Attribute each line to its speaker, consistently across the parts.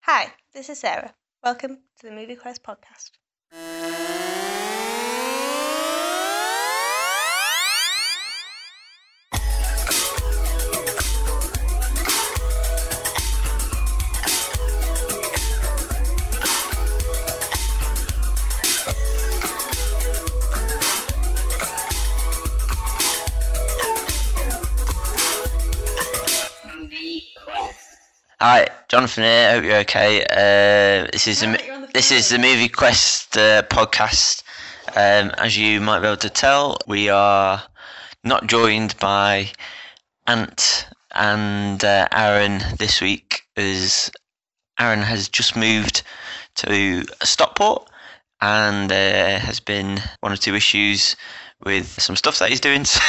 Speaker 1: Hi, this is Sarah. Welcome to the Movie Quest podcast.
Speaker 2: Hi, Jonathan here. Hope you're okay. Uh, this is the,
Speaker 3: Now
Speaker 2: mo-
Speaker 3: that you're on the
Speaker 2: this is the
Speaker 3: phone.
Speaker 2: Movie Quest uh, podcast. Um, as you might be able to tell, we are not joined by Ant and uh, Aaron this week, as Aaron has just moved to Stockport and there has been one or two issues with some stuff that he's doing, so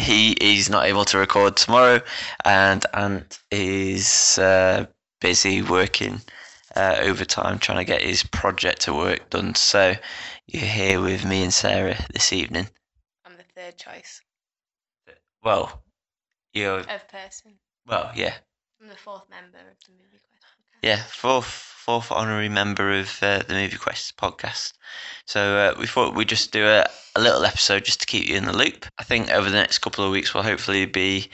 Speaker 2: he is not able to record tomorrow, and Ant is uh, busy working uh, overtime trying to get his project to work done. So you're here with me and Sarah this evening.
Speaker 3: I'm the third choice
Speaker 2: Well, you're
Speaker 3: of person.
Speaker 2: well, yeah,
Speaker 3: I'm the fourth member of the movie quest podcast.
Speaker 2: yeah, fourth fourth honorary member of uh, the Movie Quest podcast. So uh, we thought we'd just do a, a little episode just to keep you in the loop. I think over the next couple of weeks we'll hopefully be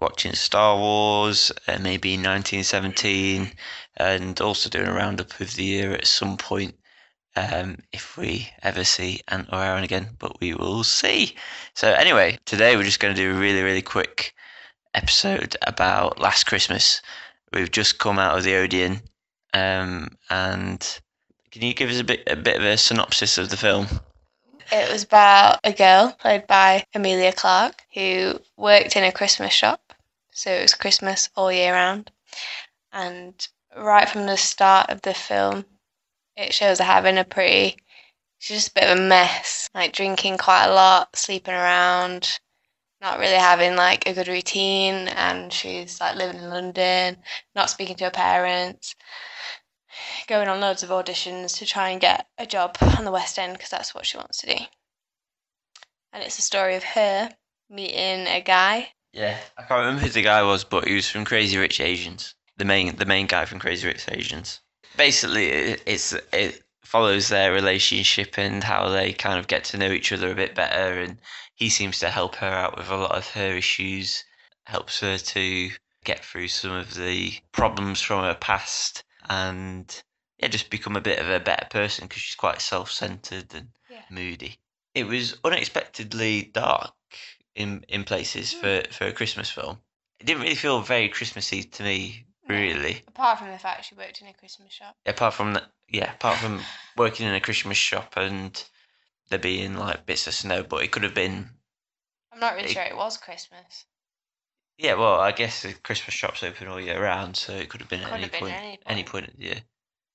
Speaker 2: watching Star Wars, uh, maybe 1917, and also doing a roundup of the year at some point um, if we ever see Ant or Aaron again, but we will see. So anyway, today we're just going to do a really, really quick episode about Last Christmas. We've just come out of the Odeon, um, and can you give us a bit, a bit of a synopsis of the film?
Speaker 3: It was about a girl played by Amelia Clark who worked in a Christmas shop. So it was Christmas all year round. And right from the start of the film, it shows her having a pretty, she's just a bit of a mess, like drinking quite a lot, sleeping around, not really having like a good routine. And she's like living in London, not speaking to her parents. going on loads of auditions to try and get a job on the West End because that's what she wants to do. And it's a story of her meeting a guy.
Speaker 2: Yeah, I can't remember who the guy was, but he was from Crazy Rich Asians. The main, the main guy from Crazy Rich Asians. Basically, it, it's it follows their relationship and how they kind of get to know each other a bit better. And he seems to help her out with a lot of her issues, helps her to get through some of the problems from her past, and yeah, just become a bit of a better person because she's quite self-centered and
Speaker 3: Yeah.
Speaker 2: moody. It was unexpectedly dark in in places for for a Christmas film. It didn't really feel very Christmassy to me,
Speaker 3: No.
Speaker 2: really.
Speaker 3: Apart from the fact she worked in a Christmas shop.
Speaker 2: Apart from that, yeah, apart from working in a Christmas shop and there being like bits of snow, but it could have been.
Speaker 3: I'm not really
Speaker 2: It-
Speaker 3: sure it was Christmas.
Speaker 2: Yeah, well, I guess the Christmas shop's open all year round, so it could have been at
Speaker 3: Could
Speaker 2: any
Speaker 3: have been
Speaker 2: point,
Speaker 3: at any point.
Speaker 2: any point of the year.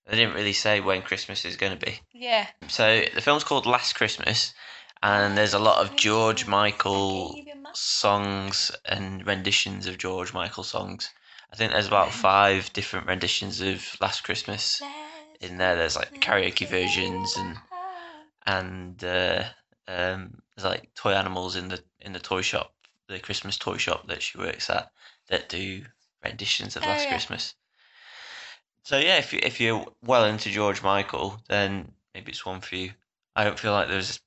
Speaker 2: They didn't really say when Christmas is going to be.
Speaker 3: Yeah.
Speaker 2: So the film's called Last Christmas, and there's a lot of George Michael songs and renditions of George Michael songs. I think there's about five different renditions of Last Christmas in there. There's like karaoke versions and and uh, um, there's like toy animals in the in the toy shop, the Christmas toy shop that she works at that do renditions of
Speaker 3: Oh,
Speaker 2: Last
Speaker 3: yeah.
Speaker 2: Christmas. So yeah, if you if you're well into George Michael, then maybe it's one for you. I don't feel like there's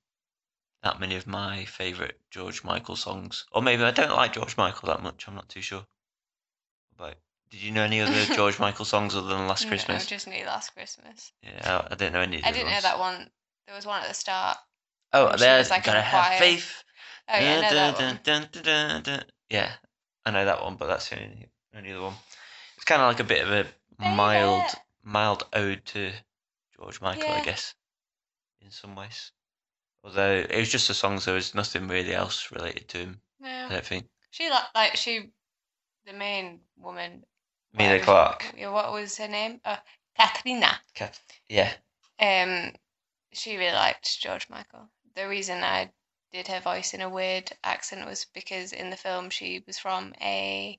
Speaker 2: that many of my favourite George Michael songs, or maybe I don't like George Michael that much. I'm not too sure. But did you know any other George Michael songs other than Last
Speaker 3: No,
Speaker 2: Christmas?
Speaker 3: just knew last Christmas.
Speaker 2: Yeah, I, I don't know any. of the
Speaker 3: I
Speaker 2: other
Speaker 3: didn't know
Speaker 2: ones.
Speaker 3: that one. There was one at the start.
Speaker 2: Oh,
Speaker 3: She
Speaker 2: there's
Speaker 3: was, like, in
Speaker 2: gotta
Speaker 3: the
Speaker 2: have
Speaker 3: choir.
Speaker 2: faith.
Speaker 3: Oh yeah, I know that one.
Speaker 2: Yeah, I know that one, but that's the only, only other one. It's kind of like a bit of a mild,
Speaker 3: Favourite.
Speaker 2: mild ode to George Michael, I
Speaker 3: Yeah.
Speaker 2: guess, in some ways. Although it was just the songs, there was nothing really else related to him. I
Speaker 3: No.
Speaker 2: don't think.
Speaker 3: She like, like she, the main woman.
Speaker 2: Amelia
Speaker 3: whatever-
Speaker 2: Clark,
Speaker 3: Um, Yeah, What was her name? Uh, Katrina.
Speaker 2: Kath- yeah,
Speaker 3: Um, she really liked George Michael. The reason I did her voice in a weird accent was because in the film she was from a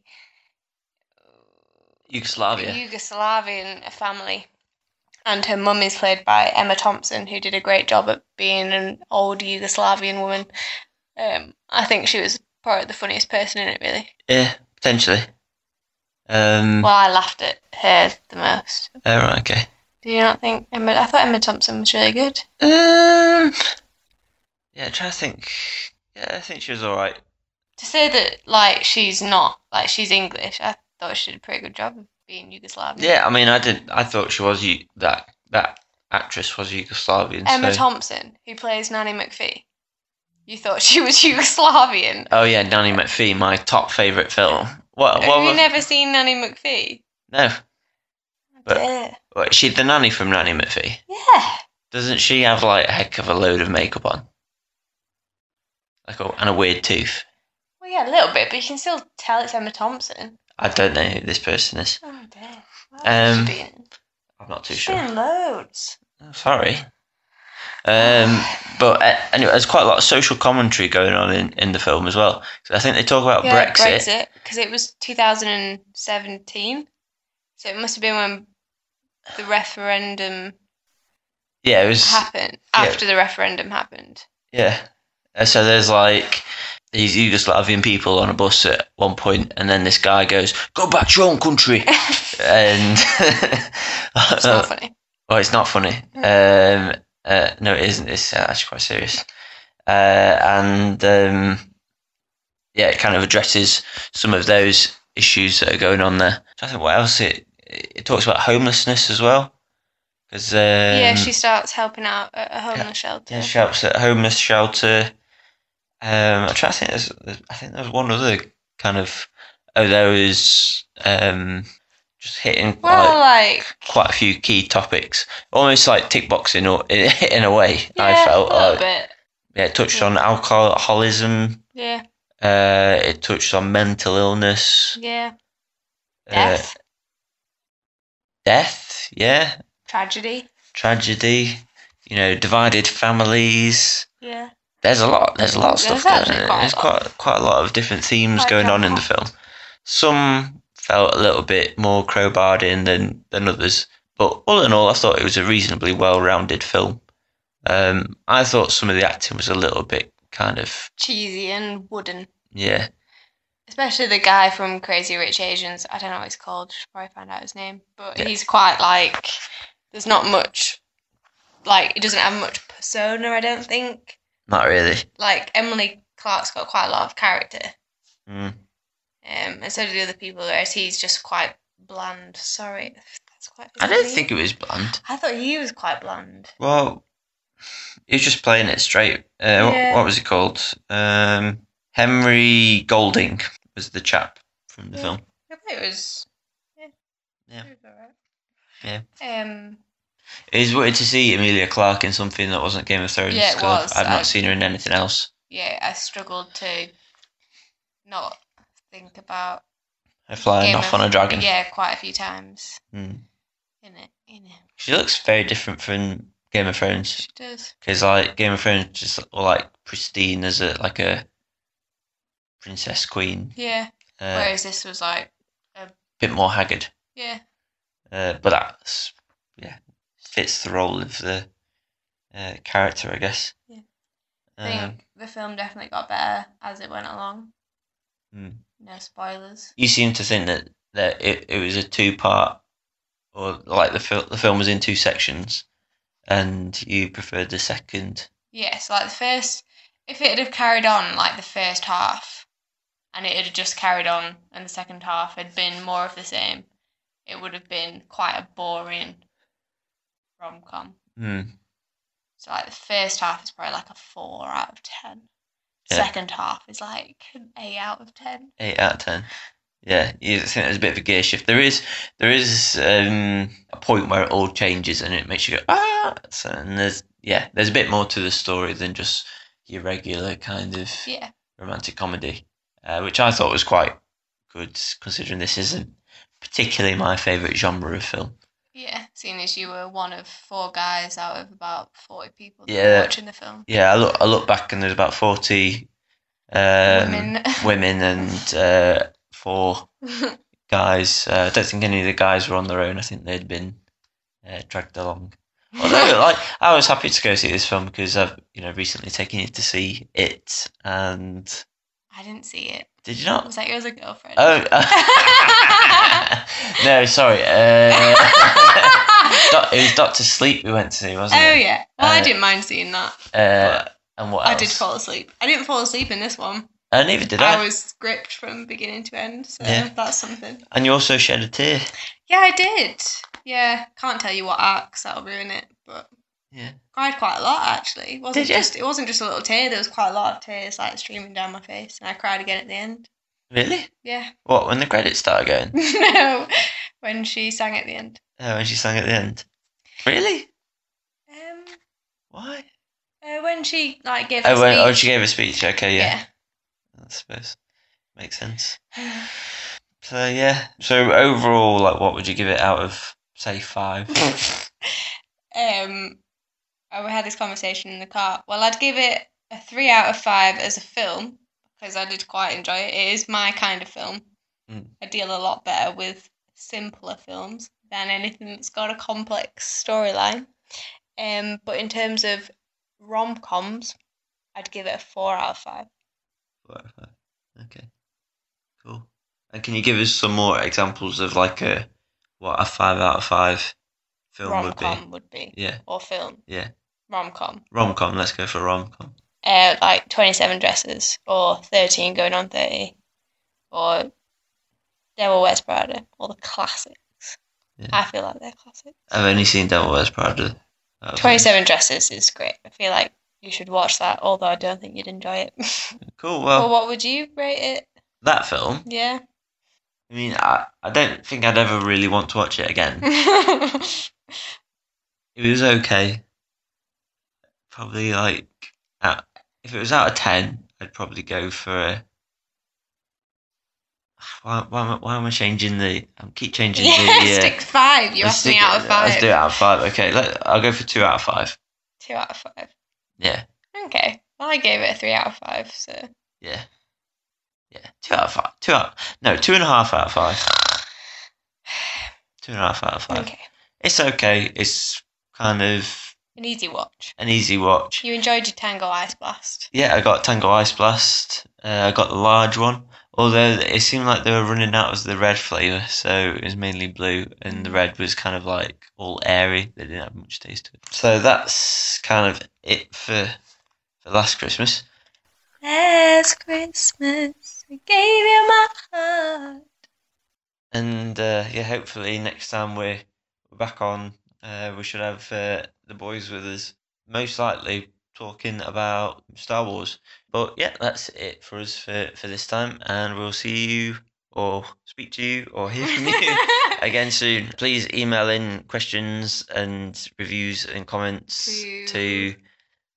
Speaker 2: Yugoslavia.
Speaker 3: Yugoslavian family, and her mum is played by Emma Thompson, who did a great job at being an old Yugoslavian woman. Um, I think she was probably the funniest person in it, really.
Speaker 2: yeah, potentially. Um,
Speaker 3: Well, I laughed at her the most.
Speaker 2: oh, right, okay.
Speaker 3: Do you not think Emma? I thought Emma Thompson was really good.
Speaker 2: Um, yeah, trying to think. Yeah, I think she was all right.
Speaker 3: To say that like she's not like she's English, I thought she did a pretty good job of being Yugoslavian.
Speaker 2: Yeah, I mean, I did. I thought she was you that that actress was Yugoslavian.
Speaker 3: Emma
Speaker 2: so.
Speaker 3: Thompson, who plays Nanny McPhee, you thought she was Yugoslavian.
Speaker 2: Oh yeah, Nanny McPhee, my top favorite film. What? what
Speaker 3: Have you
Speaker 2: was-
Speaker 3: never seen Nanny McPhee?
Speaker 2: no. But-
Speaker 3: yeah.
Speaker 2: What, she the nanny from Nanny McPhee.
Speaker 3: Yeah.
Speaker 2: Doesn't she have like a heck of a load of makeup on? Like a, and a weird tooth.
Speaker 3: Well, yeah, a little bit, but you can still tell it's Emma Thompson.
Speaker 2: I don't know who this person is.
Speaker 3: Oh dear.
Speaker 2: Um,
Speaker 3: she been in?
Speaker 2: I'm not too
Speaker 3: She's
Speaker 2: sure.
Speaker 3: been in loads.
Speaker 2: Oh, sorry. Um, but uh, anyway, there's quite a lot of social commentary going on in, in the film as well. 'Cause I think they talk about
Speaker 3: Yeah,
Speaker 2: Brexit.
Speaker 3: Brexit, because it was 2017, so it must have been when the referendum
Speaker 2: Yeah, it was.
Speaker 3: happened. After the referendum happened,
Speaker 2: Yeah. Uh, so there's like these Yugoslavian people on a bus at one point, and then this guy goes, "Go back to your own country,"
Speaker 3: it's
Speaker 2: and
Speaker 3: not
Speaker 2: Uh,
Speaker 3: funny.
Speaker 2: Well, it's not funny. Um, uh, no, it isn't. It's actually quite serious. Uh, and um, yeah, it kind of addresses some of those issues that are going on there. I think what else it it talks about homelessness as well, because um,
Speaker 3: yeah, she starts helping out at a homeless shelter.
Speaker 2: yeah, she helps at homeless shelter. Um, I'm trying to think. There's, there's- I think there's one other kind of. Oh, there is um, just hitting. like,
Speaker 3: well, like,
Speaker 2: quite a few key topics, almost like tick boxing or in a way.
Speaker 3: yeah,
Speaker 2: I felt
Speaker 3: a little
Speaker 2: like
Speaker 3: bit.
Speaker 2: yeah, it touched on alcoholism.
Speaker 3: Yeah,
Speaker 2: Uh, it touched on mental illness,
Speaker 3: yeah.
Speaker 2: Uh,
Speaker 3: Death,
Speaker 2: death, yeah,
Speaker 3: tragedy.
Speaker 2: tragedy. You know, divided families.
Speaker 3: Yeah,
Speaker 2: There's a lot. There's a lot of
Speaker 3: There's
Speaker 2: stuff. there.
Speaker 3: actually
Speaker 2: isn't it?
Speaker 3: quite a
Speaker 2: There's
Speaker 3: lot.
Speaker 2: quite quite a lot of different themes
Speaker 3: Quite
Speaker 2: going
Speaker 3: a
Speaker 2: on in the
Speaker 3: lot.
Speaker 2: film. Some felt a little bit more crowbarred in than than others, but all in all, I thought it was a reasonably well-rounded film. Um, I thought some of the acting was a little bit kind of
Speaker 3: cheesy and wooden.
Speaker 2: yeah.
Speaker 3: Especially the guy from Crazy Rich Asians. I don't know what he's called. Should probably find out his name. But
Speaker 2: Yeah.
Speaker 3: he's quite like. There's not much. Like he doesn't have much persona. I don't think.
Speaker 2: Not really.
Speaker 3: Like Emily Clark's got quite a lot of character,
Speaker 2: Mm.
Speaker 3: um, and so do the other people. Whereas he's just quite bland. Sorry, that's quite.
Speaker 2: I don't
Speaker 3: mean.
Speaker 2: think it was bland.
Speaker 3: I thought he was quite bland.
Speaker 2: Well, he was just playing it straight. Uh, what-
Speaker 3: Yeah.
Speaker 2: what, was he called? Um, Henry Golding was the chap from the
Speaker 3: Yeah.
Speaker 2: film.
Speaker 3: I thought it was. Yeah.
Speaker 2: Yeah.
Speaker 3: It was
Speaker 2: Yeah.
Speaker 3: alright. Um.
Speaker 2: It is weird to see Amelia Clark in something that wasn't Game of Thrones.
Speaker 3: Yeah, it
Speaker 2: 'cause
Speaker 3: was.
Speaker 2: I've
Speaker 3: I-
Speaker 2: not seen her in anything else.
Speaker 3: Yeah, I struggled to not think about
Speaker 2: Her flying
Speaker 3: Game
Speaker 2: off
Speaker 3: of-
Speaker 2: on a dragon.
Speaker 3: Yeah, quite a few times.
Speaker 2: Mm.
Speaker 3: In it, in it,
Speaker 2: She looks very different from Game of Thrones
Speaker 3: she does.
Speaker 2: because like Game of Thrones just all like pristine as a like a princess queen,
Speaker 3: Yeah.
Speaker 2: uh,
Speaker 3: Whereas this was like,
Speaker 2: bit more haggard.
Speaker 3: yeah,
Speaker 2: Uh, but that's yeah fits the role of the uh, character, I guess.
Speaker 3: Yeah. I
Speaker 2: Um,
Speaker 3: think the film definitely got better as it went along.
Speaker 2: Hmm.
Speaker 3: No spoilers.
Speaker 2: you seem to think that that it, it was a two part or like the fil- the film was in two sections and you preferred the second
Speaker 3: Yes, like the first, if it had have carried on like the first half, and it had just carried on, and the second half had been more of the same, it would have been quite a boring rom com.
Speaker 2: Hmm.
Speaker 3: So like the first half is probably like a four out of ten.
Speaker 2: Yeah.
Speaker 3: Second half is like an eight out of ten.
Speaker 2: eight out of ten yeah you think there's a bit of a gear shift there is there is um a point where it all changes and it makes you go ah So- and there's yeah there's a bit more to the story than just your regular kind of
Speaker 3: Yeah.
Speaker 2: romantic comedy, uh, which I thought was quite good considering this isn't particularly my favourite genre of film.
Speaker 3: Yeah, seeing as you were one of four guys out of about 40 people that were
Speaker 2: Yeah.
Speaker 3: watching the film.
Speaker 2: Yeah, I look I look back and there's about forty um,
Speaker 3: Women.
Speaker 2: women and uh, four guys. Uh, I don't think any of the guys were on their own. I think they'd been uh, dragged along. Although, like, I was happy to go see this film because I've, you know, recently taken you to see it, and
Speaker 3: I didn't see it.
Speaker 2: Did you not?
Speaker 3: Was that yours a girlfriend?
Speaker 2: Oh. no, sorry. Uh, doc- it was Doctor Sleep we went to see, wasn't
Speaker 3: oh
Speaker 2: it?
Speaker 3: yeah. Well, I
Speaker 2: Uh,
Speaker 3: didn't mind seeing that.
Speaker 2: Uh, and what
Speaker 3: I
Speaker 2: else?
Speaker 3: did fall asleep. I didn't fall asleep in this one.
Speaker 2: Uh, neither did I.
Speaker 3: I was gripped from beginning to end, so
Speaker 2: Yeah.
Speaker 3: that's something.
Speaker 2: And you also shed a tear.
Speaker 3: Yeah, I did. Yeah, can't tell you what arcs that'll ruin it, but
Speaker 2: Yeah.
Speaker 3: cried quite a lot actually. It wasn't
Speaker 2: Did you?
Speaker 3: just it wasn't just a little tear. There was quite a lot of tears like streaming down my face, and I cried again at the end.
Speaker 2: Really?
Speaker 3: Yeah,
Speaker 2: What, when the credits started going?
Speaker 3: no, when she sang at the end.
Speaker 2: Oh, when she sang at the end. Really?
Speaker 3: Um,
Speaker 2: Why?
Speaker 3: uh, when she like gave.
Speaker 2: Oh,
Speaker 3: her
Speaker 2: when, oh,
Speaker 3: speech.
Speaker 2: she gave a speech. Okay, yeah. I suppose. Makes sense.
Speaker 3: yeah.
Speaker 2: So, yeah. So, overall, like, what would you give it out of, say, five?
Speaker 3: um, I- we had this conversation in the car. Well, I'd give it a three out of five as a film because I did quite enjoy it. It is my kind of film.
Speaker 2: Mm.
Speaker 3: I deal a lot better with simpler films than anything that's got a complex storyline. Um, but in terms of rom coms, I'd give it a four out of five.
Speaker 2: Four out of five. Okay. Cool. And can you give us some more examples of, like, a what a five out of five film
Speaker 3: Rom
Speaker 2: would be?
Speaker 3: com would be
Speaker 2: Yeah.
Speaker 3: or film.
Speaker 2: Yeah.
Speaker 3: Rom com.
Speaker 2: Rom com. Let's go for rom com.
Speaker 3: uh, like 27 dresses or 13 going on 30 or Devil Wears Prada or the classics.
Speaker 2: Yeah.
Speaker 3: I feel like they're classics.
Speaker 2: I've only seen Devil Wears Prada. Out of
Speaker 3: 27 dresses is great. I feel like you should watch that, although I don't think you'd enjoy it.
Speaker 2: those. Cool.
Speaker 3: Well,
Speaker 2: Well,
Speaker 3: what would you rate it?
Speaker 2: that film.
Speaker 3: Yeah.
Speaker 2: I mean, I, I don't think I'd ever really want to watch it again. It was okay. Probably like out, if it was out of ten, I'd probably go for a. Why, why, am I- why am I changing the? I keep changing
Speaker 3: yeah,
Speaker 2: the. Uh,
Speaker 3: stick five. You
Speaker 2: the
Speaker 3: asked me
Speaker 2: stick-
Speaker 3: out of
Speaker 2: Let's do it
Speaker 3: five.
Speaker 2: out of five. Okay, let, I'll go for two out of five.
Speaker 3: Two out of five.
Speaker 2: Yeah,
Speaker 3: Okay. Well, I gave it a three out of five, so.
Speaker 2: yeah, yeah. Two out of five. Two out. No, two and a half out of five. Two and a half out of five.
Speaker 3: Okay.
Speaker 2: It's okay. It's kind of
Speaker 3: An easy watch.
Speaker 2: an easy watch.
Speaker 3: You enjoyed your Tango Ice Blast.
Speaker 2: Yeah, I got Tango Ice Blast. Uh, I got the large one. Although it seemed like they were running out of the red flavour, so it was mainly blue, and the red was kind of like all airy. They didn't have much taste to it. So that's kind of it for for last Christmas.
Speaker 3: Last Christmas, I gave you my heart.
Speaker 2: And uh, yeah, hopefully next time we're we're back on, uh, we should have uh, the boys with us. Most likely talking about Star Wars. But yeah, that's it for us for, for this time, and we'll see you or speak to you or hear from you again soon. Please email in questions and reviews and comments
Speaker 3: To-
Speaker 2: to,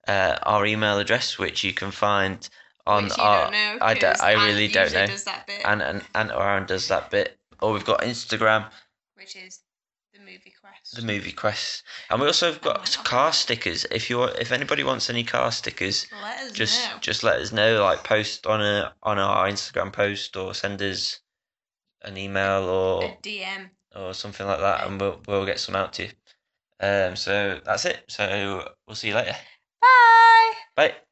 Speaker 2: uh, our email address, which you can find on
Speaker 3: Which you
Speaker 2: our
Speaker 3: don't know,
Speaker 2: I don't-
Speaker 3: 'cause
Speaker 2: I really
Speaker 3: Ant
Speaker 2: don't
Speaker 3: usually
Speaker 2: know.
Speaker 3: Does that bit,
Speaker 2: and and and Aaron does that bit. Or we've got Instagram,
Speaker 3: which is the movie quest.
Speaker 2: the movie quest, and we also have
Speaker 3: Oh my
Speaker 2: got
Speaker 3: God.
Speaker 2: car stickers. If you want- if anybody wants any car stickers,
Speaker 3: Let us
Speaker 2: just
Speaker 3: know.
Speaker 2: just let us know. Like post on a on our Instagram post or send us an email or
Speaker 3: a DM.
Speaker 2: or something like that, and we'll we'll get some out to you. Um, so that's it. So we'll see you later.
Speaker 3: Bye.
Speaker 2: Bye.